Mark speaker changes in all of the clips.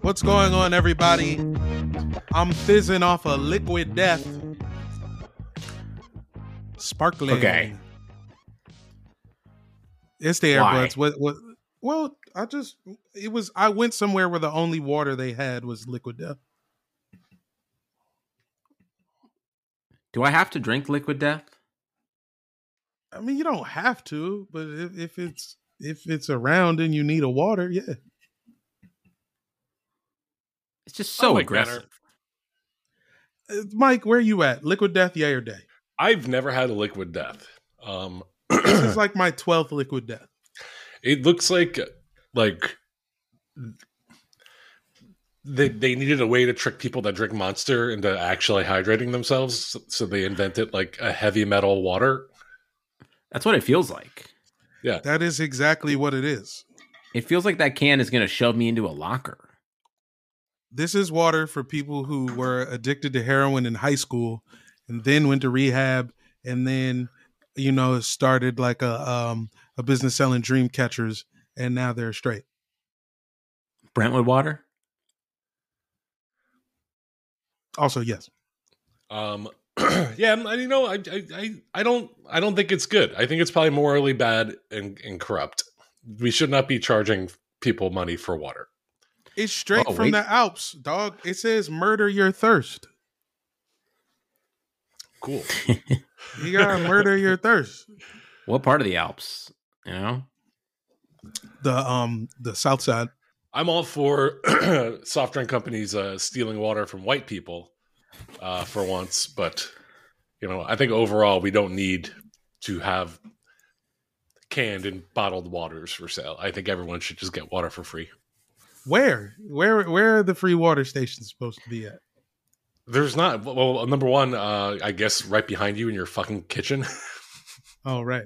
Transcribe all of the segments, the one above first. Speaker 1: What's going on, everybody? I'm fizzing off a liquid death. Sparkling.
Speaker 2: Okay.
Speaker 1: It's the
Speaker 2: Why?
Speaker 1: AirBuds. What, what, well, I just, it was, I went somewhere where the only water they had was liquid death.
Speaker 2: Do I have to drink liquid death?
Speaker 1: I mean, you don't have to, but if, if it's, if it's around and you need a water, yeah.
Speaker 2: It's just
Speaker 3: I
Speaker 2: so
Speaker 3: like
Speaker 2: aggressive.
Speaker 3: better.
Speaker 1: Uh, Mike, where you at? Liquid death, yay or day?
Speaker 3: I've never had a liquid death. Um,
Speaker 1: This is like my 12th liquid death.
Speaker 3: it looks like like they they needed a way to trick people that drink Monster into actually hydrating themselves, so they invented like a heavy metal water.
Speaker 2: That's what it feels like.
Speaker 1: That is exactly what it is.
Speaker 2: It feels like that can is going to shove me into a locker.
Speaker 1: This is water for people who were addicted to heroin in high school and then went to rehab and then, you know, started like a um a business selling dream catchers and now they're straight.
Speaker 2: Brentwood water.
Speaker 1: Also, yes.
Speaker 3: Um, yeah, and you know, I, I I I don't I don't think it's good. I think it's probably morally bad and, and corrupt. We should not be charging people money for water.
Speaker 1: It's straight
Speaker 2: Oh,
Speaker 1: from
Speaker 2: wait.
Speaker 1: the Alps, dog. It says murder your thirst.
Speaker 3: Cool.
Speaker 1: You gotta murder your thirst.
Speaker 2: What part of the Alps? You know,
Speaker 1: The um the south side.
Speaker 3: I'm all for soft drink companies uh, stealing water from white people uh, for once, but you know, I think overall we don't need to have canned and bottled waters for sale. I think everyone should just get water for free.
Speaker 1: Where? Where where are the free water stations supposed to be at?
Speaker 3: There's not well, number one, uh, I guess, right behind you in your fucking kitchen.
Speaker 1: Oh right.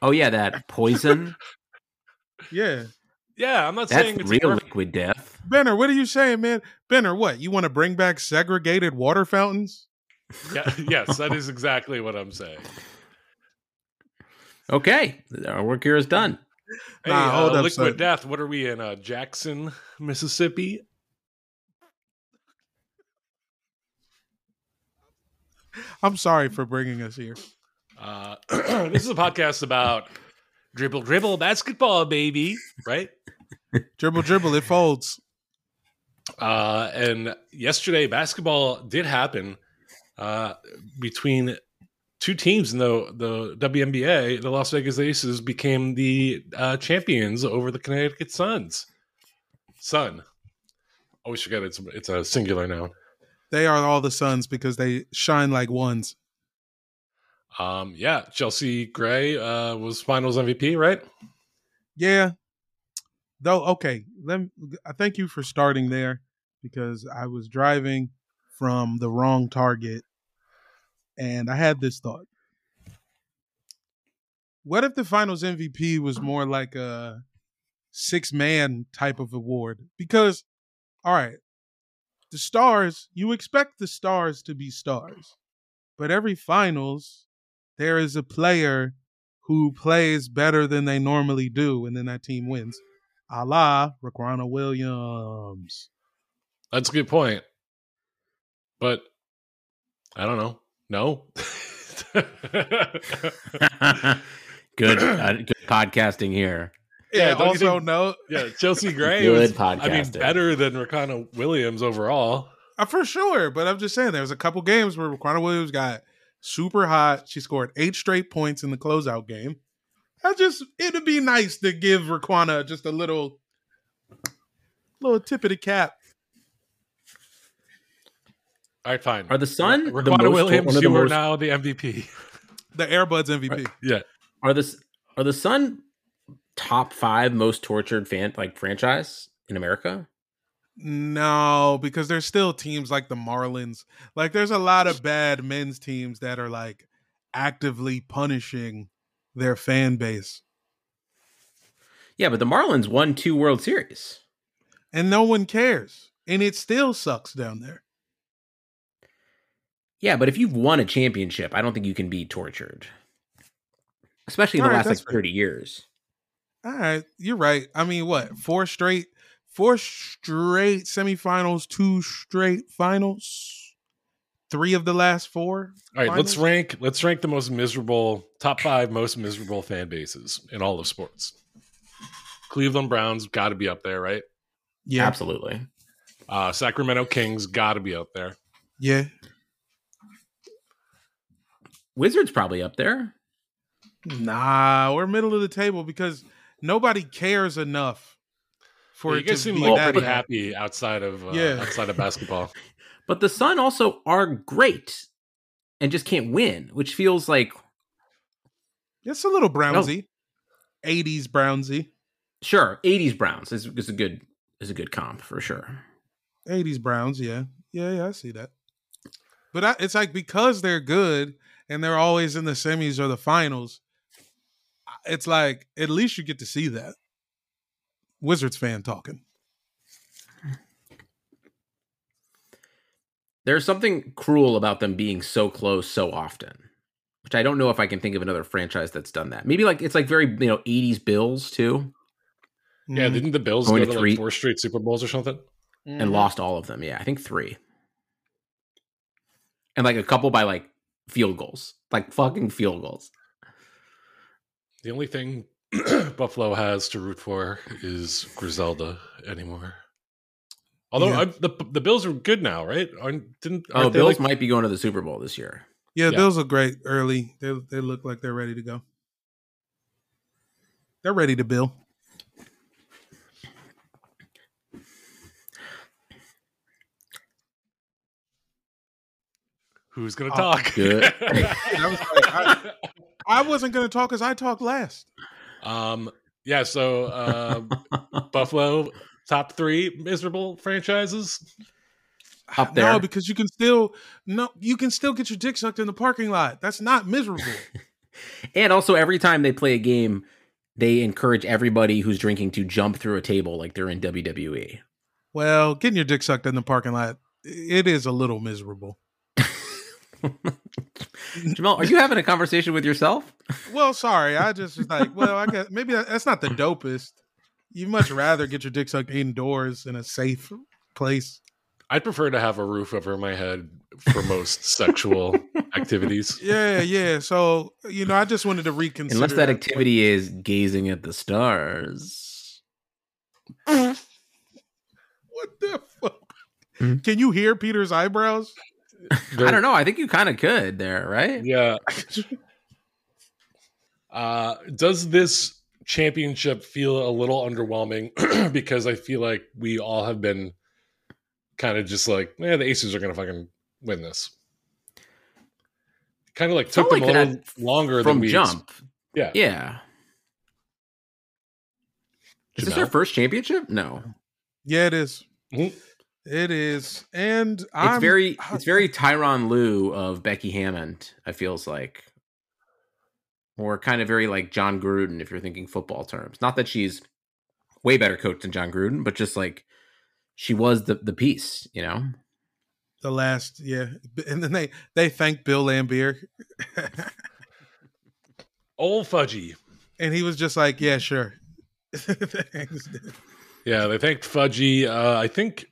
Speaker 2: Oh yeah, that poison.
Speaker 1: Yeah.
Speaker 3: yeah, I'm not
Speaker 2: That's
Speaker 3: saying it's
Speaker 2: real
Speaker 3: perfect.
Speaker 2: liquid death.
Speaker 1: Benner, what are you saying, man? Benner, what? You want to bring back segregated water fountains?
Speaker 3: Yeah, yes, that is exactly what I'm saying.
Speaker 2: Okay, our work here is done.
Speaker 3: Hey,
Speaker 1: Nah,
Speaker 3: uh,
Speaker 1: hold up,
Speaker 3: liquid
Speaker 1: son.
Speaker 3: death. What are we in? Uh, Jackson, Mississippi.
Speaker 1: I'm sorry for bringing us here.
Speaker 3: Uh, this is a podcast about dribble, dribble, basketball, baby, right?
Speaker 1: Dribble, dribble, it folds.
Speaker 3: Uh, and yesterday, basketball did happen uh, between two teams in the, the WNBA. The Las Vegas Aces became the uh, champions over the Connecticut Suns. Sun. Always forget it's it's a singular noun.
Speaker 1: They are all the suns because they shine like ones.
Speaker 3: Um, yeah, Chelsea Gray uh, was Finals MVP, right?
Speaker 1: Yeah. Though, okay. Let me, I thank you for starting there because I was driving from the wrong target and I had this thought. What if the finals MVP was more like a six man type of award? Because, all right, the stars, you expect the stars to be stars, but every finals, there is a player who plays better than they normally do, and then that team wins. A la Raquana Williams.
Speaker 3: That's a good point. But I don't know. No.
Speaker 2: good, uh, good podcasting here.
Speaker 3: Yeah,
Speaker 1: Yeah,
Speaker 3: don't you
Speaker 1: also
Speaker 3: think-
Speaker 1: no
Speaker 3: yeah, Chelsea Gray
Speaker 2: Good
Speaker 3: was I mean
Speaker 2: podcasting.
Speaker 3: better than Rakana Williams overall.
Speaker 1: uh, for sure, but I'm just saying there was a couple games where Raquana Williams got super hot. She scored eight straight points in the closeout game. I just it'd be nice to give Raquana just a little little tip of the cap.
Speaker 3: All right, fine.
Speaker 2: Are the Sun the
Speaker 3: Rakana
Speaker 2: most-
Speaker 3: Williams,
Speaker 2: one of the
Speaker 3: you are
Speaker 2: most-
Speaker 3: now the MVP.
Speaker 1: The Airbuds MVP.
Speaker 3: Yeah.
Speaker 2: Are this are the Sun top five most tortured fan like franchise in America?
Speaker 1: No, because there's still teams like the Marlins. Like there's a lot of bad men's teams that are like actively punishing their fan base.
Speaker 2: Yeah, but the Marlins won two World Series.
Speaker 1: And no one cares. And it still sucks down there.
Speaker 2: Yeah, but if you've won a championship, I don't think you can be tortured, especially in
Speaker 1: All
Speaker 2: the
Speaker 1: right,
Speaker 2: last like
Speaker 1: that's fair.
Speaker 2: thirty years.
Speaker 1: All right, you're right. I mean, what? Four straight four straight semifinals, two straight finals, three of the last four.
Speaker 3: All right, let's
Speaker 1: Finals?
Speaker 3: rank. Let's rank the most miserable top five most miserable fan bases in all of sports. Cleveland Browns got to be up there, right?
Speaker 1: Yeah,
Speaker 2: Absolutely.
Speaker 3: Uh, Sacramento Kings got to be up there.
Speaker 1: yeah.
Speaker 2: Wizards probably up there.
Speaker 1: Nah, we're middle of the table because nobody cares enough for
Speaker 3: Yeah,
Speaker 1: it
Speaker 3: you guys
Speaker 1: to
Speaker 3: seem
Speaker 1: be
Speaker 3: like
Speaker 1: that
Speaker 3: pretty
Speaker 1: bad.
Speaker 3: happy outside of uh,
Speaker 1: Yeah.
Speaker 3: outside of basketball.
Speaker 2: But the Sun also are great and just can't win, which feels like
Speaker 1: It's a little Brownsy, eighties Brownsy,
Speaker 2: sure, 80s Browns is, is a good is a good comp for sure.
Speaker 1: eighties Browns. Yeah, yeah, yeah. I see that. But I, it's like because they're good and they're always in the semis or the finals. It's like at least you get to see that. Wizards fan talking.
Speaker 2: There's something cruel about them being so close so often, which I don't know if I can think of another franchise that's done that. Maybe like it's like very, you know, 80s Bills too
Speaker 1: Mm-hmm.
Speaker 3: Yeah, didn't the Bills
Speaker 2: Going
Speaker 3: go
Speaker 2: to
Speaker 3: to
Speaker 2: three.
Speaker 3: like four straight Super Bowls or something? Mm-hmm.
Speaker 2: and lost all of them. Yeah, I think 3. And like a couple by like field goals. Like fucking field goals.
Speaker 3: The only thing Buffalo has to root for is Griselda anymore. Although
Speaker 1: Yeah.
Speaker 3: I, the the Bills are good now, right? Aren't, didn't
Speaker 2: Oh,
Speaker 3: aren't they,
Speaker 2: Bills
Speaker 3: like-
Speaker 2: might be going to the Super Bowl this year.
Speaker 1: Yeah,
Speaker 3: Yeah.
Speaker 1: Bills are great early. They they look like they're ready to go. They're ready to bill.
Speaker 3: who's going
Speaker 1: Oh,
Speaker 3: to talk?
Speaker 2: good.
Speaker 1: I was like, I, I wasn't going to talk because I talked last.
Speaker 3: um, yeah. So uh, Buffalo top three miserable franchises.
Speaker 2: Up there.
Speaker 1: No, because you can still no, you can still get your dick sucked in the parking lot. That's not miserable.
Speaker 2: And also, every time they play a game, they encourage everybody who's drinking to jump through a table like they're in E. WWE.
Speaker 1: well, getting your dick sucked in the parking lot, it is a little miserable.
Speaker 2: Jamal, are you having a conversation with yourself?
Speaker 1: Well, sorry, I just was like, well, I guess maybe that, that's not the dopest. You much rather get your dick sucked indoors in a safe place.
Speaker 3: I'd prefer to have a roof over my head for most sexual activities.
Speaker 1: Yeah, yeah. So you know, I just wanted to reconsider.
Speaker 2: Unless that
Speaker 1: point.
Speaker 2: activity is gazing at the stars.
Speaker 1: What the fuck?
Speaker 2: Mhm.
Speaker 1: Can you hear Peter's eyebrows?
Speaker 2: I don't know. I think you kind of could there, right?
Speaker 3: Yeah. uh, does this championship feel a little underwhelming? because I feel like we all have been kind of just like, yeah, the Aces are going to fucking win this. Kind of like took
Speaker 2: Felt
Speaker 3: them
Speaker 2: like
Speaker 3: a
Speaker 2: that
Speaker 3: little longer
Speaker 2: From
Speaker 3: than we
Speaker 2: jump.
Speaker 3: Yeah.
Speaker 2: Yeah. Is this
Speaker 3: Jamal?
Speaker 2: their first championship? No.
Speaker 1: Yeah, it is.
Speaker 3: Mhm.
Speaker 1: It is, and
Speaker 2: It's
Speaker 1: I'm
Speaker 2: very
Speaker 1: I-
Speaker 2: it's very Tyron Lou of Becky Hammond, I feels like. Or kind of very like John Gruden if you're thinking football terms. Not that she's way better coach than John Gruden, but just like she was the the piece, you know?
Speaker 1: the last. Yeah, and then they they thank Bill Lambier,
Speaker 3: Old Fudgy.
Speaker 1: and he was just like, "Yeah, sure." Thanks.
Speaker 3: Yeah, they thanked Fudgy. Uh, I think,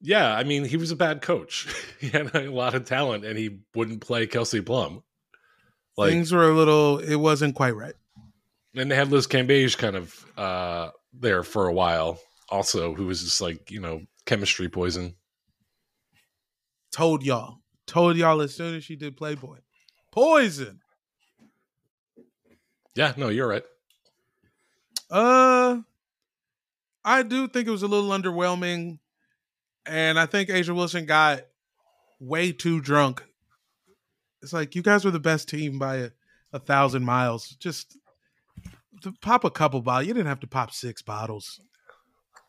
Speaker 3: yeah, I mean, he was a bad coach. he had a lot of talent and he wouldn't play Kelsey Plum. Like,
Speaker 1: Things were a little. It wasn't quite right.
Speaker 3: And they had Liz Cambage kind of uh, there for a while, also, who was just like, you know, chemistry poison.
Speaker 1: Told y'all. Told y'all as soon as she did Playboy. Poison.
Speaker 3: Yeah, no, you're right.
Speaker 1: Uh, I do think it was a little underwhelming, and I think Asia Wilson got way too drunk. It's like you guys were the best team by a, a thousand miles. Just to pop a couple bottles. You didn't have to pop six bottles.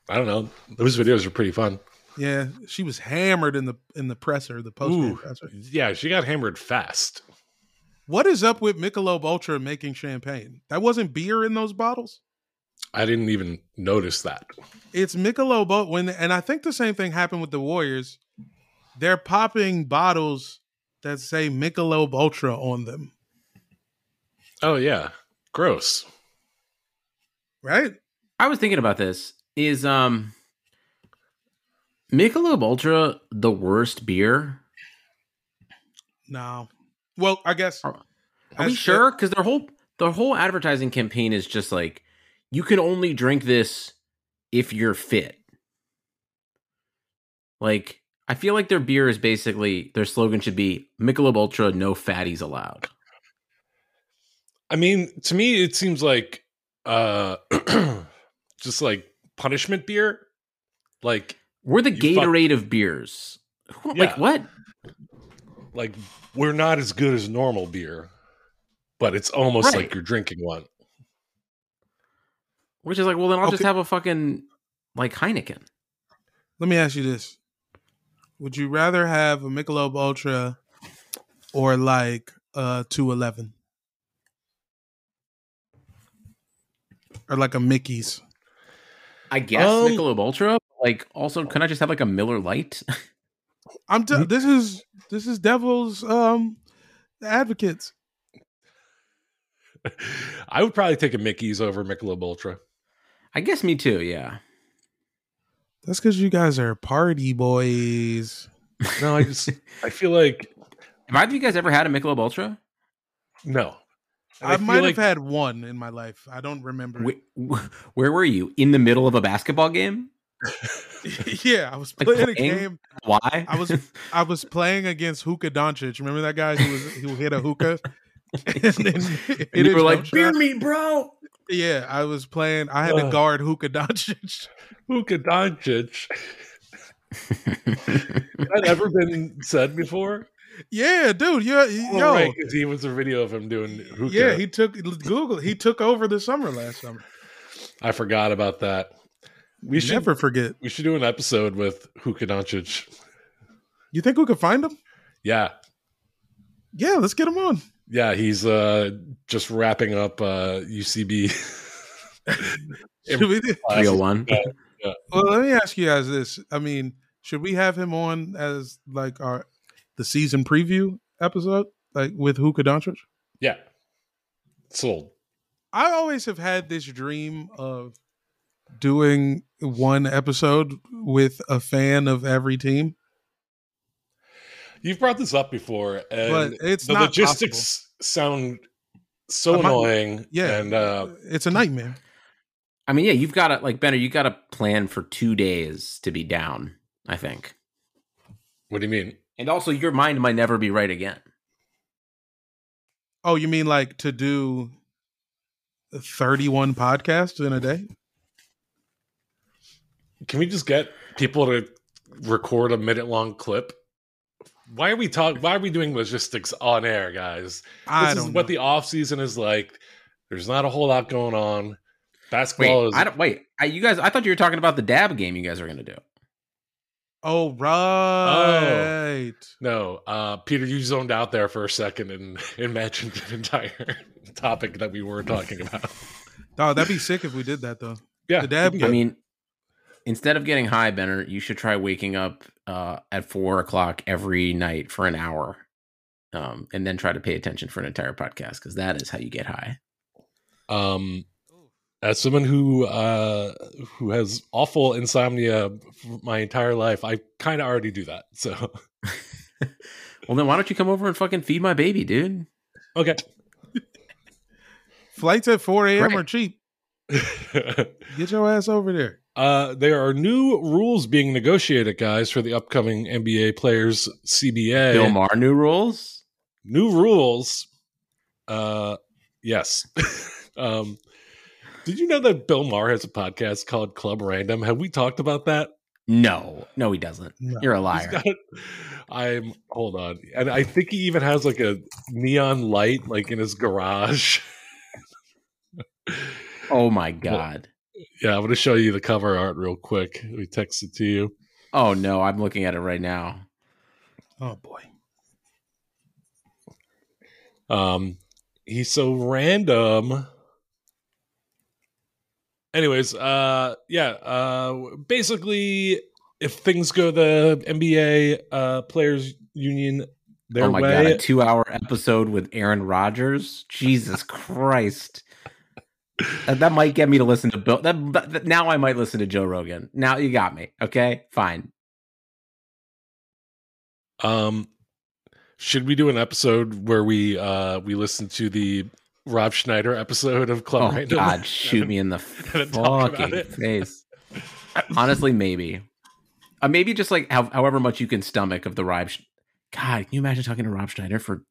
Speaker 3: I don't know. Those videos are pretty fun.
Speaker 1: Yeah, she was hammered in the in the presser, the post
Speaker 3: Ooh.
Speaker 1: presser.
Speaker 3: Yeah, she got hammered fast.
Speaker 1: What is up with Michelob Ultra making champagne? That wasn't beer in those bottles.
Speaker 3: I didn't even notice that.
Speaker 1: it's Michelob Ul- when, and I think the same thing happened with the Warriors. They're popping bottles that say Michelob Ultra on them,
Speaker 3: Oh, yeah. Gross.
Speaker 1: right?
Speaker 2: I was thinking about this. Is um Michelob Ultra the worst beer?
Speaker 1: No. Well, I guess.
Speaker 2: Are Are we
Speaker 1: as-
Speaker 2: sure? Because their whole their whole advertising campaign is just like you can only drink this if you're fit. Like I feel like their beer is basically their slogan should be Michelob Ultra, no fatties allowed.
Speaker 3: I mean, to me, it seems like uh just like punishment beer. Like
Speaker 2: We're the
Speaker 3: You fuck-
Speaker 2: Gatorade of beers. Who-
Speaker 3: Yeah.
Speaker 2: Like what?
Speaker 3: like we're not as good as normal beer, but it's almost
Speaker 2: Right.
Speaker 3: like you're drinking one.
Speaker 2: Which is like, well, then I'll just
Speaker 1: Okay.
Speaker 2: have a fucking like Heineken.
Speaker 1: Let me ask you this: Would you rather have a Michelob Ultra or like uh two eleven, or like a Mickey's?
Speaker 2: I guess
Speaker 3: Um,
Speaker 2: Michelob Ultra. Like, also, can I just have like a Miller Light?
Speaker 1: I'm. T- this is this is Devil's um advocates.
Speaker 3: I would probably take a Mickey's over Michelob Ultra.
Speaker 2: I guess me too. Yeah.
Speaker 1: That's because you guys are party boys.
Speaker 3: No, I just I feel like
Speaker 2: Have either of you guys ever had a Michelob Ultra?
Speaker 3: no. And
Speaker 1: I,
Speaker 3: feel
Speaker 1: might
Speaker 3: like-
Speaker 1: have had one in my life. I don't remember.
Speaker 2: Wh- wh- Where were you in the middle of a basketball game?
Speaker 1: yeah, I was
Speaker 2: Like
Speaker 1: playing a
Speaker 2: playing?
Speaker 1: game.
Speaker 2: Why?
Speaker 1: I was- I was playing against Hookah Doncic. Remember that guy who was who hit a hookah? and then hit
Speaker 2: and you
Speaker 1: a
Speaker 2: were
Speaker 1: jump
Speaker 2: like,
Speaker 1: shot?
Speaker 2: "Beer me, bro."
Speaker 1: Yeah, I was playing. I had to
Speaker 3: Ugh.
Speaker 1: guard Hookah Doncic.
Speaker 3: Luka Doncic. Has that ever been said before?
Speaker 1: yeah, dude. Yeah,
Speaker 3: Oh,
Speaker 1: yo.
Speaker 3: right, 'cause he was a video of him doing hookah.
Speaker 1: Yeah, he took Google. He took over the summer last summer.
Speaker 3: I forgot about that. We should
Speaker 1: never forget.
Speaker 3: we should do an episode with Huka Doncic.
Speaker 1: You think we could find him?
Speaker 3: Yeah,
Speaker 1: Yeah, let's get him on.
Speaker 3: yeah, he's uh just wrapping up uh UCB.
Speaker 1: Should we do-
Speaker 2: Three hundred one.
Speaker 1: well, let me ask you guys this. I mean, should we have him on as like our the season preview episode, like with Hookah Doncic?
Speaker 3: yeah, sold.
Speaker 1: I always have had this dream of doing one episode with a fan of every team,
Speaker 3: You've brought this up before,
Speaker 1: but
Speaker 3: and
Speaker 1: it's
Speaker 3: the
Speaker 1: not possible.
Speaker 3: logistics sound so
Speaker 1: Am I-
Speaker 3: annoying.
Speaker 1: Yeah,
Speaker 3: and uh,
Speaker 1: it's a nightmare.
Speaker 2: I mean, yeah, you've got to like Benner. You got to plan for two days to be down. I think,
Speaker 3: what do you mean?
Speaker 2: and also your mind might never be right again.
Speaker 1: Oh, you mean like to do thirty-one podcasts in a day?
Speaker 3: Can we just get people to record a minute long clip? Why are we talking? Why are we doing logistics on air, guys? This
Speaker 1: I
Speaker 3: is
Speaker 1: don't.
Speaker 3: what
Speaker 1: know.
Speaker 3: the off season is like. There's not a whole lot going on.
Speaker 2: Wait,
Speaker 3: Basketball is
Speaker 2: I don't. Wait, I, you guys. I thought you were talking about the dab game. You guys are going to do.
Speaker 1: oh right.
Speaker 3: no. Uh, Peter, you zoned out there for a second and, and mentioned an entire topic that we were talking about.
Speaker 1: Oh. that'd be sick if we did that though.
Speaker 3: Yeah,
Speaker 1: The dab
Speaker 2: I
Speaker 1: game.
Speaker 2: mean, instead of getting high, Benner, you should try waking up uh, at four o'clock every night for an hour, um, and then try to pay attention for an entire podcast because that is how you get high.
Speaker 3: um as someone who uh who has awful insomnia for my entire life i kind of already do that so
Speaker 2: Well, then why don't you come over and fucking feed my baby, dude?
Speaker 3: okay
Speaker 1: Flights at four a.m.
Speaker 2: Great.
Speaker 1: are cheap. Get your ass over there.
Speaker 3: uh there are new rules being negotiated guys for the upcoming nba players cba
Speaker 2: Bill Maher new rules.
Speaker 3: new rules uh yes um did you know that bill maher has a podcast called club random have we talked about that
Speaker 2: No, no, he doesn't.
Speaker 1: No.
Speaker 2: You're a
Speaker 3: He's
Speaker 2: liar.
Speaker 3: got- I'm hold on, and I think he even has like a neon light like in his garage.
Speaker 2: oh my god.
Speaker 3: yeah, I'm gonna show you the cover art real quick. We text it to you.
Speaker 2: Oh no, I'm looking at it right now.
Speaker 1: Oh boy.
Speaker 3: Um, he's so random. Anyways, uh, yeah, uh, basically, if things go the NBA uh, players union their
Speaker 2: oh my
Speaker 3: way,
Speaker 2: god, a two-hour episode with Aaron Rodgers. Jesus Christ. That, that might get me to listen to Bill. That, that, that- now I might listen to Joe Rogan. Now you got me. Okay, fine.
Speaker 3: Um, should we do an episode where we uh we listen to the Rob Schneider episode of
Speaker 2: Oh
Speaker 3: Club Random?
Speaker 2: God, shoot me in the
Speaker 3: Haven't talked about
Speaker 2: fucking
Speaker 3: it.
Speaker 2: face. Honestly, maybe, uh, maybe just like how, however much you can stomach of the Rob. Sch- God, can you imagine talking to Rob Schneider for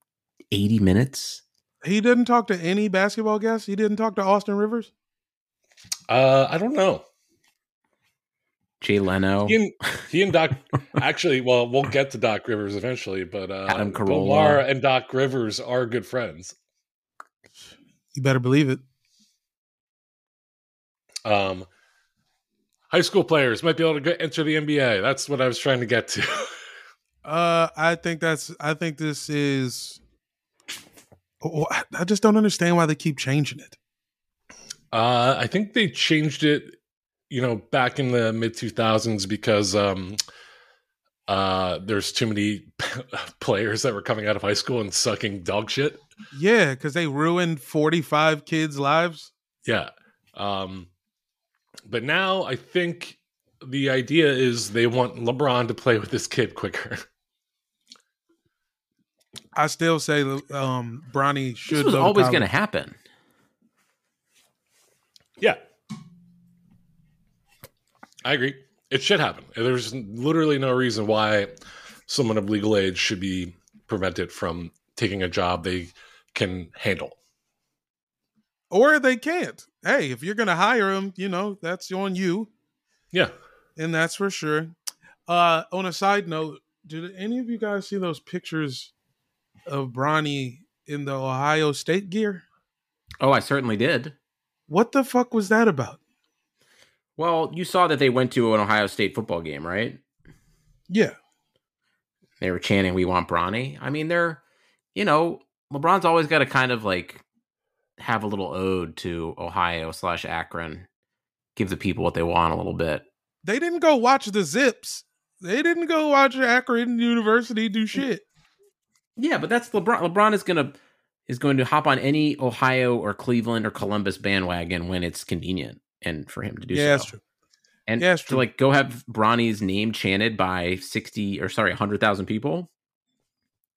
Speaker 2: eighty minutes?
Speaker 1: He didn't talk to any basketball guests. He didn't talk to Austin Rivers.
Speaker 3: Uh, I don't know.
Speaker 2: Jay Leno,
Speaker 3: He and, he and Doc actually, well, we'll get to Doc Rivers eventually, but uh,
Speaker 2: Adam
Speaker 3: Bill
Speaker 2: Carolla.
Speaker 3: Maher and Doc Rivers are good friends.
Speaker 1: You better believe it.
Speaker 3: Um, high school players might be able to go- enter the NBA. That's what I was trying to get to.
Speaker 1: Uh, I think that's. I think this is. Oh, I- I just don't understand why they keep changing it.
Speaker 3: Uh, I think they changed it, you know, back in the mid 2000s because um, uh, there's too many players that were coming out of high school and sucking dog shit.
Speaker 1: Yeah, because they ruined forty-five kids' lives.
Speaker 3: Yeah. Um, but now I think the idea is they want LeBron to play with this kid quicker.
Speaker 1: I still say um, Bronny should.
Speaker 2: this was
Speaker 1: go to
Speaker 2: always
Speaker 1: college.
Speaker 2: going to happen.
Speaker 3: yeah. I agree. It should happen. There's literally no reason why someone of legal age should be prevented from taking a job they can handle.
Speaker 1: or they can't. Hey, if you're going to hire him, you know that's on you,
Speaker 3: Yeah.
Speaker 1: and that's for sure. Uh, on a side note, did any of you guys see those pictures of Bronny in the Ohio State gear?
Speaker 2: Oh, I certainly did.
Speaker 1: What the fuck was that about?
Speaker 2: Well, you saw that they went to an Ohio State football game, right?
Speaker 1: Yeah,
Speaker 2: They were chanting, "We want Bronny." I mean, they're, you know, LeBron's always got to kind of like have a little ode to Ohio slash Akron, give the people what they want a little bit.
Speaker 1: they didn't go watch the Zips. They didn't go watch Akron University
Speaker 2: Mm,
Speaker 1: do shit.
Speaker 2: Yeah, but that's LeBron. LeBron is gonna is going to hop on any Ohio or Cleveland or Columbus bandwagon when it's convenient and for him to do
Speaker 1: yeah,
Speaker 2: so.
Speaker 1: that's true.
Speaker 2: And
Speaker 1: Yeah, it's
Speaker 2: to
Speaker 1: true.
Speaker 2: like go have Bronny's name chanted by sixty or sorry, hundred thousand people.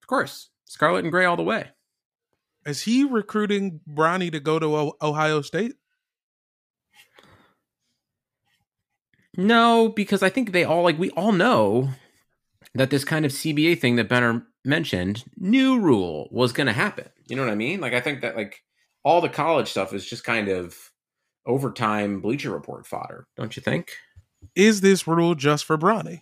Speaker 2: Of course, Scarlet and Gray all the way.
Speaker 1: Is he recruiting Bronny to go to o- Ohio State?
Speaker 2: No, because I think they all like we all know that this kind of CBA thing that Benner mentioned, new rule was going to happen. You know what I mean? Like I think that like all the college stuff is just kind of overtime Bleacher Report fodder, don't you think?
Speaker 1: Is this rule just for Bronny?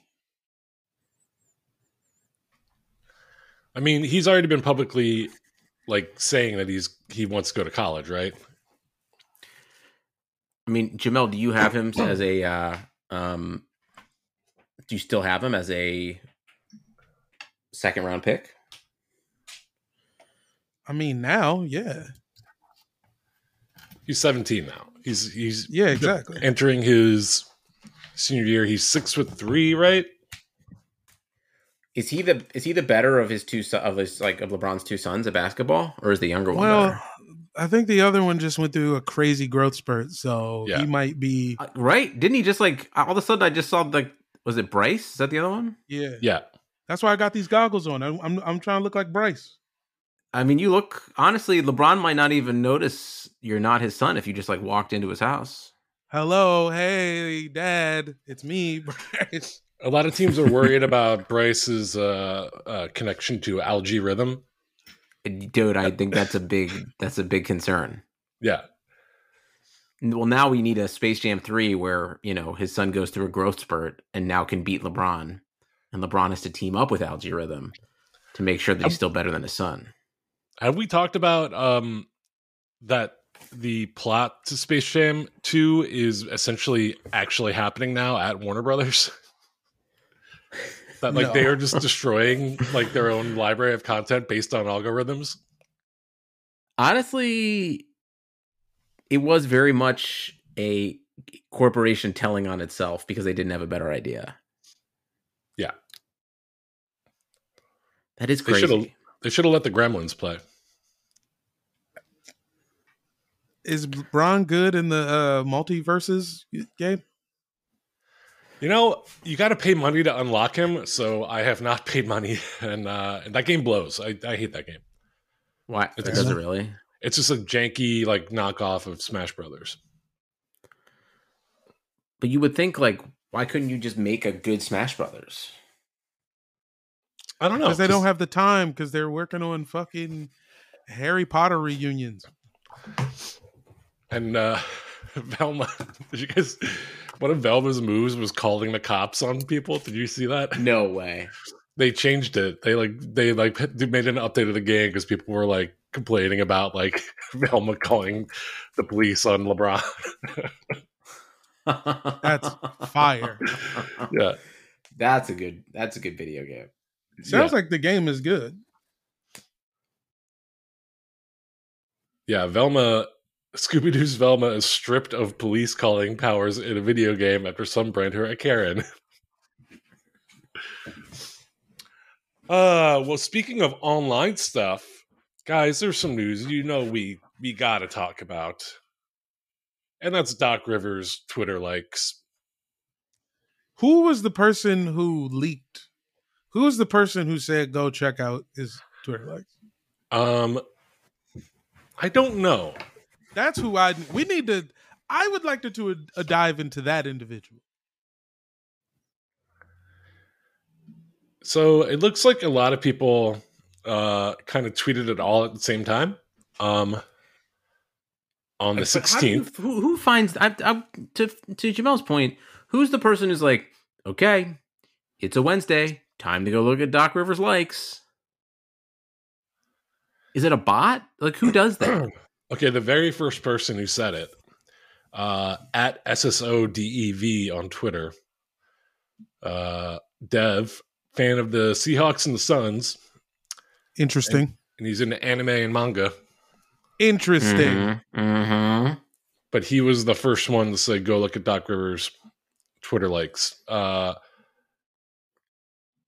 Speaker 3: I mean, he's already been publicly like saying that he's he wants to go to college, right?
Speaker 2: I mean, Jamel, do you have him as a? Uh, um, do you still have him as a second round pick?
Speaker 1: I mean, now, yeah,
Speaker 3: He's 17 now. He's he's
Speaker 1: yeah, exactly.
Speaker 3: entering his senior year. He's six foot three, right?
Speaker 2: Is he the is he the better of his two so- of his like of LeBron's two sons at basketball, or is the younger one?
Speaker 1: Well,
Speaker 2: better?
Speaker 1: I think the other one just went through a crazy growth spurt, so
Speaker 3: Yeah.
Speaker 1: he might be.
Speaker 2: Uh, right? Didn't he just like all of a sudden? I just saw like was it Bryce? Is that the other one?
Speaker 1: Yeah,
Speaker 3: Yeah.
Speaker 1: that's why I got these goggles on. I'm I'm, I'm trying to look like Bryce.
Speaker 2: I mean, you look honestly. LeBron might not even notice you're not his son if you just like walked into his house.
Speaker 1: Hello, hey, Dad, it's me, Bryce.
Speaker 3: A lot of teams are worried about Bryce's uh, uh, connection to algae rhythm.
Speaker 2: Dude, I think that's a big that's a big concern.
Speaker 3: Yeah.
Speaker 2: Well, now we need a Space Jam three where you know his son goes through a growth spurt and now can beat LeBron, and LeBron has to team up with Algae Rhythm to make sure that he's still better than his son.
Speaker 3: Have we talked about um, that the plot to Space Jam 2 is essentially actually happening now at Warner Brothers? that like
Speaker 1: No.
Speaker 3: they are just destroying like their own library of content based on algorithms.
Speaker 2: honestly it was very much a corporation telling on itself because they didn't have a better idea
Speaker 3: Yeah.
Speaker 2: that is
Speaker 3: They should've-
Speaker 2: crazy
Speaker 3: They should have let the Gremlins play.
Speaker 1: Is Braun good in the uh, multiverses game?
Speaker 3: You know, you got to pay money to unlock him. So I have not paid money, and, uh, and that game blows. I, I hate that game.
Speaker 2: Why?
Speaker 3: It's
Speaker 2: Does it
Speaker 1: not-
Speaker 2: really?
Speaker 3: It's just a janky like knockoff of Smash Brothers.
Speaker 2: But you would think like, why couldn't you just make a good Smash Brothers?
Speaker 3: I don't know
Speaker 1: Because they don't have the time because they're working on fucking Harry Potter reunions.
Speaker 3: And uh, Velma, did you guys? One of Velma's moves was calling the cops on people. Did you see that?
Speaker 2: No way.
Speaker 3: They changed it. They like they like they made an update of the game because people were like complaining about like Velma calling the police on LeBron.
Speaker 2: That's
Speaker 1: fire.
Speaker 3: yeah,
Speaker 2: That's a good. That's a good video game.
Speaker 1: Sounds
Speaker 3: yeah.
Speaker 1: like the game is good.
Speaker 3: yeah. Velma, Scooby Doo's Velma is stripped of police calling powers in a video game after some brand her a Karen. Uh, well, speaking of online stuff, guys, there's some news you know we we gotta talk about, and that's Doc Rivers' Twitter likes.
Speaker 1: Who was the person who leaked? Who was the person who said go check out his Twitter likes?
Speaker 3: Um, I don't know.
Speaker 1: That's who I we need to. I would like to do a, a dive into that individual.
Speaker 3: So it looks like a lot of people uh kind of tweeted it all at the same time. Um,
Speaker 2: But how
Speaker 3: on the
Speaker 2: do you-
Speaker 3: sixteenth,
Speaker 2: who, who finds I, I, to to Jamel's point? Who's the person who's like, okay, it's a Wednesday, time to go look at Doc Rivers likes. Is it a bot? Like who does that?
Speaker 3: okay, the very first person who said it, uh, at SSODEV E on Twitter, uh, Dev, fan of the Seahawks and the Suns,
Speaker 1: Interesting.
Speaker 3: and he's into anime and manga,
Speaker 1: Interesting.
Speaker 3: Mm-hmm.
Speaker 2: Mhm,
Speaker 3: but he was the first one to say, go look at Doc Rivers' Twitter likes. Uh,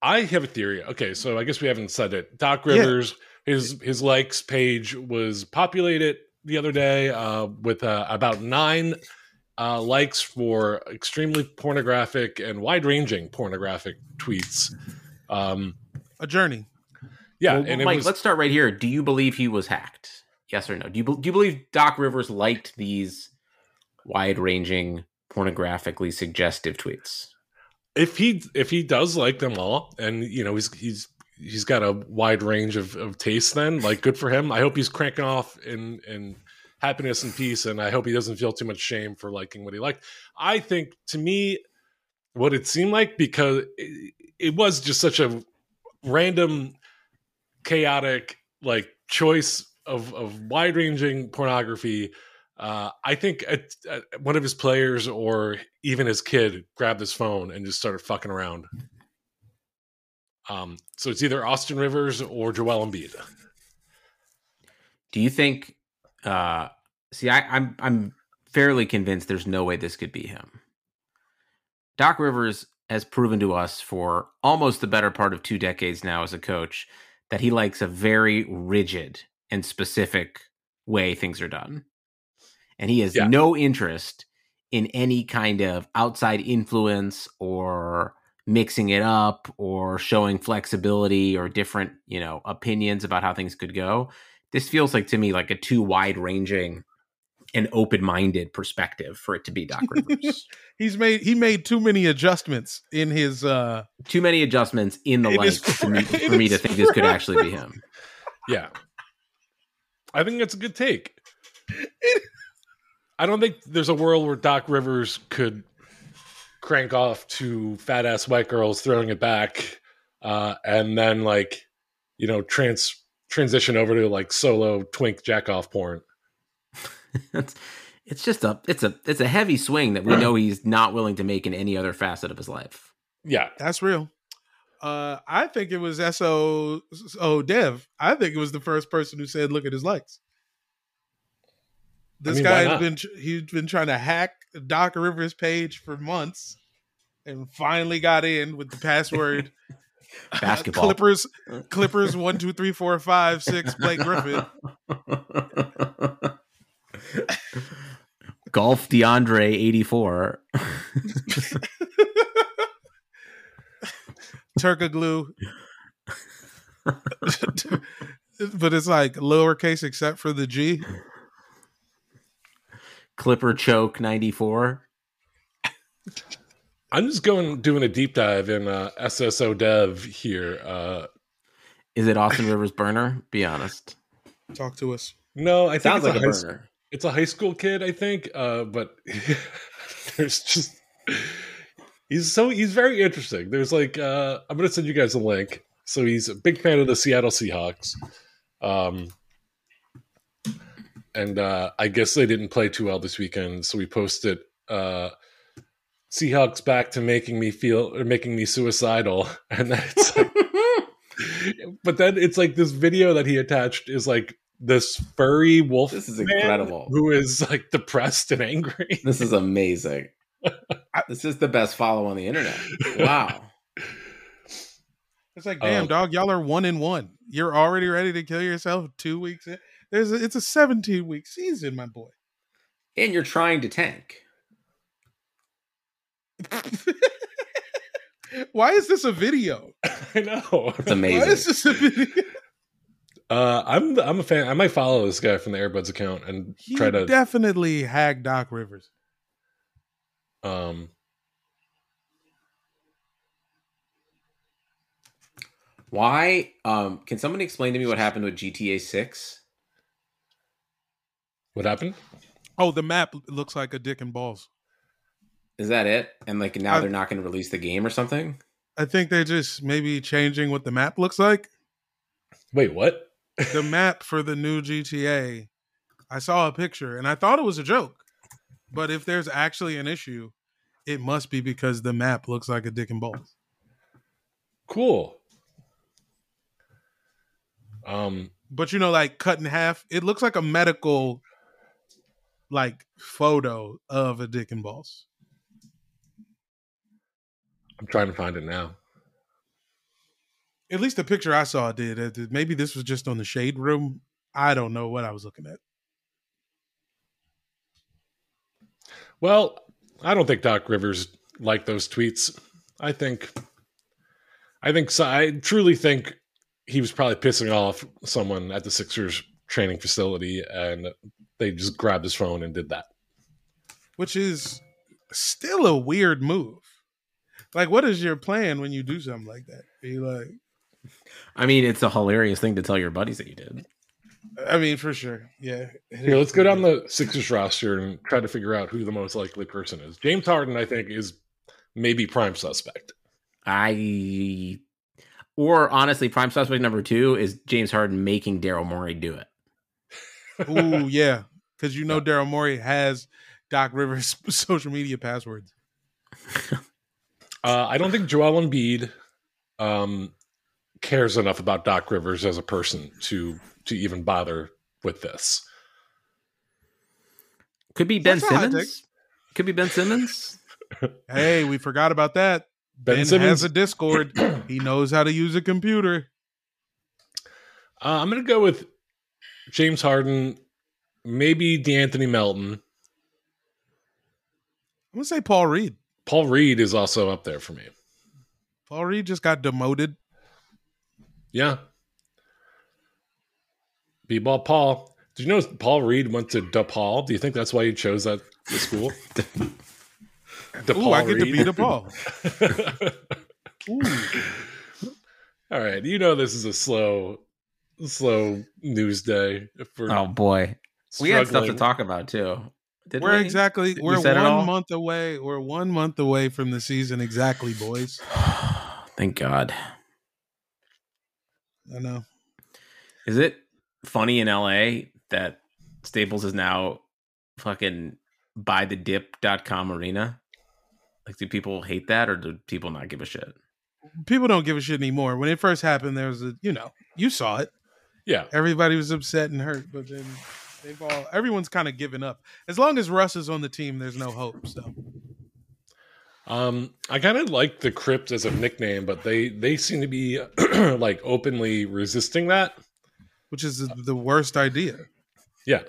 Speaker 3: I have a theory. Okay, so I guess we haven't said it. Doc
Speaker 1: Yeah.
Speaker 3: Rivers, his his likes page was populated the other day uh, with uh, about nine uh, likes for extremely pornographic and wide ranging pornographic tweets. Um,
Speaker 1: A journey.
Speaker 3: yeah,
Speaker 2: Well,
Speaker 3: and it
Speaker 2: Mike,
Speaker 3: was
Speaker 2: let's start right here. Do you believe he was hacked? Yes or no? Do you be- do you believe Doc Rivers liked these wide ranging, pornographically suggestive tweets?
Speaker 3: if he if he does like them all and you know he's he's he's got a wide range of, of taste then like good for him i hope he's cranking off in in happiness and peace and i hope he doesn't feel too much shame for liking what he liked i think to me what it seemed like because it, it was just such a random chaotic like choice of of wide ranging pornography uh, I think a, a, one of his players or even his kid grabbed his phone and just started fucking around. Um, so it's either Austin Rivers or Joel Embiid.
Speaker 2: Do you think? Uh, see, I, I'm I'm fairly convinced there's no way this could be him. Doc Rivers has proven to us for almost the better part of two decades now as a coach that he likes a very rigid and specific way things are done, and he has
Speaker 3: Yeah.
Speaker 2: no interest in any kind of outside influence or mixing it up or showing flexibility or different you know opinions about how things could go this feels like to me like a too wide ranging and open minded perspective for it to be Doc Rivers.
Speaker 1: He's made he made too many adjustments in his uh
Speaker 2: Too many adjustments in the
Speaker 1: It
Speaker 2: like
Speaker 1: is
Speaker 2: for me,
Speaker 1: fr- it
Speaker 2: for me to
Speaker 1: is
Speaker 2: think this could
Speaker 1: fr-
Speaker 2: actually be him.
Speaker 3: Yeah. I think that's a good take. I don't think there's a world where Doc Rivers could crank off to fat ass white girls throwing it back uh, and then, like, you know, trans transition over to like solo twink jack off porn.
Speaker 2: it's, it's just a it's a it's a heavy swing that we know he's not willing to make in any other facet of his life.
Speaker 3: Yeah.
Speaker 1: that's real. Uh I think it was SO so Dev. I think it was the first person who said look at his likes. This
Speaker 3: mean, why
Speaker 1: guy
Speaker 3: not?
Speaker 1: has been tr- he's been trying to hack Doc Rivers page for months and finally got in with the password
Speaker 2: Basketball.
Speaker 1: Clippers Clippers one two three four five six Blake Griffin.
Speaker 2: Golf DeAndre 84.
Speaker 1: Turka glue. but it's like lowercase except for the G.
Speaker 2: Clipper Choke 94.
Speaker 3: I'm just going doing a deep dive in uh, SSO Dev here. Uh,
Speaker 2: Is it Austin Rivers burner? Be honest.
Speaker 1: Talk to us.
Speaker 3: no, I think
Speaker 2: Sounds
Speaker 3: it's
Speaker 2: like a
Speaker 3: high s-
Speaker 2: burner.
Speaker 3: it's a high school kid, I think. Uh, but there's just he's so he's very interesting. There's like uh, I'm gonna send you guys a link. So he's a big fan of the Seattle Seahawks, um, and uh, I guess they didn't play too well this weekend. So we posted uh, Seahawks back to making me feel or making me suicidal, and then it's like, but then it's like this video that he attached is like this furry wolf
Speaker 2: This is
Speaker 3: man
Speaker 2: incredible.
Speaker 3: who is like depressed and angry.
Speaker 2: This is amazing. this is the best follow on the internet. Wow.
Speaker 1: It's like, damn,
Speaker 3: Um,
Speaker 1: dog, y'all are one in one. You're already ready to kill yourself two weeks in. There's a, it's a 17 week season, my boy.
Speaker 2: And you're trying to tank.
Speaker 1: Why is this a video?
Speaker 3: I know.
Speaker 2: It's
Speaker 1: Why is
Speaker 2: amazing.
Speaker 1: this a video?
Speaker 3: Uh, I'm I'm a fan. I might follow this guy from the Airbuds account and
Speaker 1: He
Speaker 3: try to
Speaker 1: definitely hacked Doc Rivers.
Speaker 3: um
Speaker 2: Why? Um, can somebody explain to me what happened with GTA 6?
Speaker 3: what happened?
Speaker 1: Oh, the map looks like a dick and balls.
Speaker 2: Is that it? And like now
Speaker 1: I-
Speaker 2: they're not going to release the game or something?
Speaker 1: I think they're just maybe changing what the map looks like.
Speaker 3: Wait, what?
Speaker 1: The map for the new GTA, I saw a picture and I thought it was a joke. But if there's actually an issue, it must be because the map looks like a dick and balls.
Speaker 3: Cool. Um
Speaker 1: But you know, like cut in half, it looks like a medical like photo of a dick and balls.
Speaker 3: I'm trying to find it now.
Speaker 1: At least the picture I saw did. Uh, th- Maybe this was just on the shade room. I don't know what I was looking at.
Speaker 3: Well, I don't think Doc Rivers liked those tweets. I think, I think so. I truly think he was probably pissing off someone at the Sixers training facility, and they just grabbed his phone and did that.
Speaker 1: which is still a weird move. Like, what is your plan when you do something like that? Are you like,
Speaker 2: I mean, it's a hilarious thing to tell your buddies that you did.
Speaker 1: I mean, for sure, yeah.
Speaker 3: Here, let's go down the Sixers roster and try to figure out who the most likely person is. James Harden, I think, is maybe prime suspect.
Speaker 2: I. Or honestly, prime suspect number two is James Harden making Daryl Morey do it.
Speaker 1: Ooh, yeah, because you know Daryl Morey has Doc Rivers' social media passwords.
Speaker 3: Uh, I don't think Joel Embiid um, cares enough about Doc Rivers as a person to to even bother with this.
Speaker 2: Could be Ben
Speaker 1: That's a hot
Speaker 2: Simmons. Could be Ben Simmons.
Speaker 1: Hey, we forgot about that.
Speaker 3: Ben,
Speaker 1: Ben,
Speaker 3: Simmons.
Speaker 1: has a Discord. he knows how to use a computer.
Speaker 3: uh, I'm going to go with James Harden, maybe DeAnthony Melton.
Speaker 1: I'm gonna say Paul Reed.
Speaker 3: Paul Reed is also up there for me.
Speaker 1: Paul Reed just got demoted.
Speaker 3: Yeah. B-ball Paul. Did you know Paul Reed went to DePaul? Do you think that's why he chose that the school? DePaul
Speaker 1: Ooh, I get to
Speaker 3: Reed.
Speaker 1: be the Paul. Ooh,
Speaker 3: All right, you know this is a slow, slow news day for
Speaker 2: oh boy, we had stuff to
Speaker 3: struggling.
Speaker 2: talk about too. Did
Speaker 1: we're exactly
Speaker 2: Did we
Speaker 1: we're
Speaker 2: set it all?
Speaker 1: one month away. We're one month away from the season exactly, boys.
Speaker 2: Thank God.
Speaker 1: I know.
Speaker 2: Is it funny in LA that Staples is now fucking buythedip.com arena? Like, do people hate that or do people not give a shit?
Speaker 1: People don't give a shit anymore. When it first happened, there was a you know, you saw it.
Speaker 3: Yeah,
Speaker 1: Everybody was upset and hurt, but then they've all everyone's kind of given up. As long as Russ is on the team, there's no hope. So
Speaker 3: um, I kind of like the Crypt as a nickname, but they they seem to be like openly resisting that.
Speaker 1: which is the worst idea.
Speaker 3: Yeah.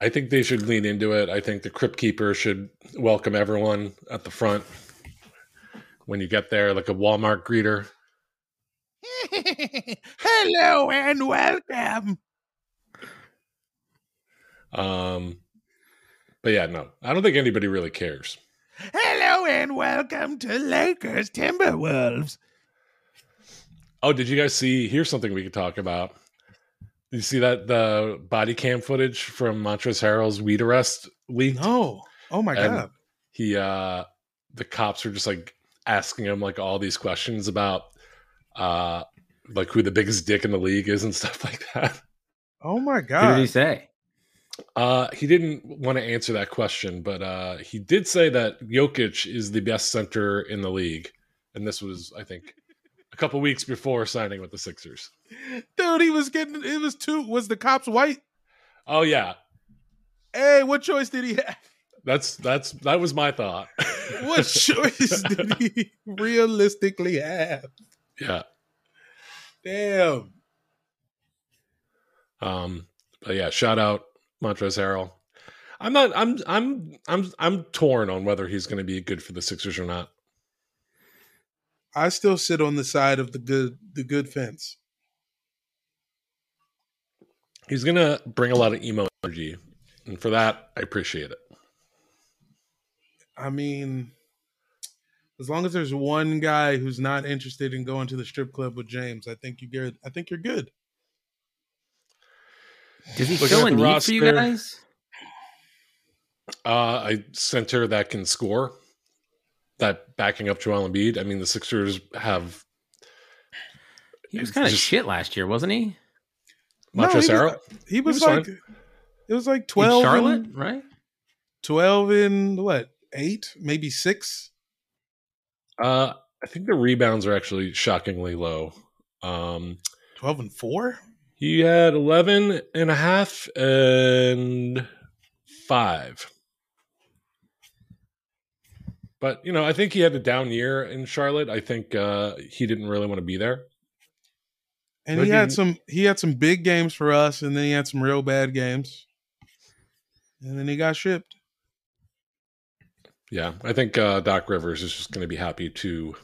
Speaker 3: I think they should lean into it. I think the Crypt Keeper should welcome everyone at the front when you get there, like a Walmart greeter.
Speaker 1: Hello and welcome.
Speaker 3: Um, but yeah, no, I don't think anybody really cares.
Speaker 1: Hello and welcome to Lakers Timberwolves.
Speaker 3: Oh, did you guys see? Here's something we could talk about. Did you see that the body cam footage from Montrezl Harrell's weed arrest leaked?
Speaker 1: No. Oh my
Speaker 3: And-
Speaker 1: god.
Speaker 3: He, uh, the cops were just like asking him like all these questions about, uh, like who the biggest dick in the league is and stuff like that.
Speaker 1: Oh my
Speaker 2: What did he
Speaker 1: god.
Speaker 2: say?
Speaker 3: Uh, he didn't want to answer that question, but uh, he did say that Jokic is the best center in the league, and this was, I think, a couple weeks before signing with the Sixers.
Speaker 1: Dude, he was getting it was two was the cops white?
Speaker 3: Oh yeah,
Speaker 1: Hey, what choice did he have?
Speaker 3: that's that's that was my thought.
Speaker 1: What choice did he realistically have?
Speaker 3: yeah.
Speaker 1: Damn.
Speaker 3: Um, but yeah, shout out Montrezl Harrell. I'm not. I'm. I'm. I'm. I'm torn on whether he's going to be good for the Sixers or not.
Speaker 1: I still sit on the side of the good the good fence.
Speaker 3: He's going to bring a lot of emo energy, and for that, I appreciate it.
Speaker 1: I mean, as long as there's one guy who's not interested in going to the strip club with James, I think you good. I think you're good.
Speaker 2: Does he
Speaker 3: Looking
Speaker 2: fill
Speaker 3: at
Speaker 2: a
Speaker 3: the
Speaker 2: need for you
Speaker 3: roster.
Speaker 2: guys?
Speaker 3: Uh, a center that can score, that backing up Joel Embiid. I mean, the Sixers have
Speaker 2: He was
Speaker 3: It's
Speaker 2: kind of
Speaker 3: just-
Speaker 2: shit last year, wasn't he?
Speaker 1: No, he
Speaker 3: Montrezl
Speaker 1: was-
Speaker 3: Harrell.
Speaker 1: He was,
Speaker 3: was
Speaker 1: like, it was like
Speaker 2: In
Speaker 1: twelve,
Speaker 2: Charlotte,
Speaker 1: and-
Speaker 2: right?
Speaker 1: twelve in what eight, maybe six.
Speaker 3: Uh, I think the rebounds are actually shockingly low. Um,
Speaker 1: 12 and 4
Speaker 3: he had 11 and a half and five. But, you know, I think he had a down year in Charlotte. I think uh, he didn't really want to be there.
Speaker 1: and
Speaker 3: But
Speaker 1: he
Speaker 3: he-
Speaker 1: had some he had some big games for us and then he had some real bad games and then he got shipped
Speaker 3: Yeah. I think uh, Doc Rivers is just going to be happy to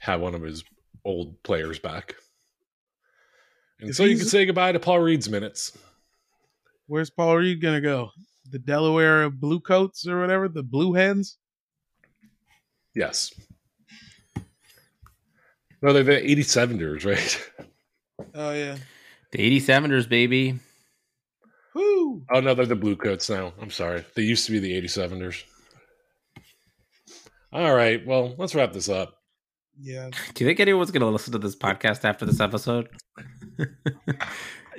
Speaker 3: have one of his old players back. And
Speaker 1: If
Speaker 3: so you
Speaker 1: he's-
Speaker 3: can say goodbye to Paul Reed's minutes.
Speaker 1: where's paul reed gonna go the delaware blue coats or whatever the blue hens
Speaker 3: Yes. No, they're the 87ers, right?
Speaker 1: oh yeah
Speaker 2: The 87ers, baby.
Speaker 1: Whoo.
Speaker 3: Oh no, they're the blue coats now. I'm sorry. They used to be the 87ers. All right. Well, let's wrap this up.
Speaker 1: yeah
Speaker 2: Do you think anyone's going to listen to this podcast after this episode?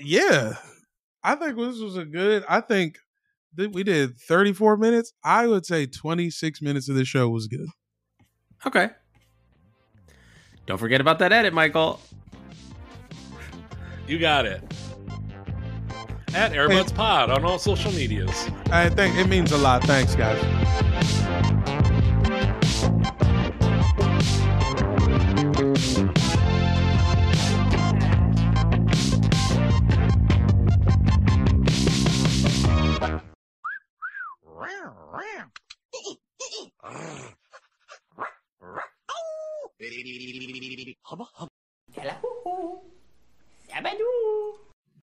Speaker 1: yeah i think this was a good i think that we did 34 minutes i would say 26 minutes of this show was good
Speaker 2: Okay. Don't forget about that edit, Michael.
Speaker 3: You got it. At Airbuds Pod on all social medias.
Speaker 1: i think it means a lot thanks guys
Speaker 4: Hubba, hubba.